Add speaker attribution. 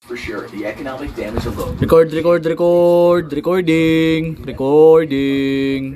Speaker 1: for sure. The economic damage alone.
Speaker 2: Record, record, record, recording, recording.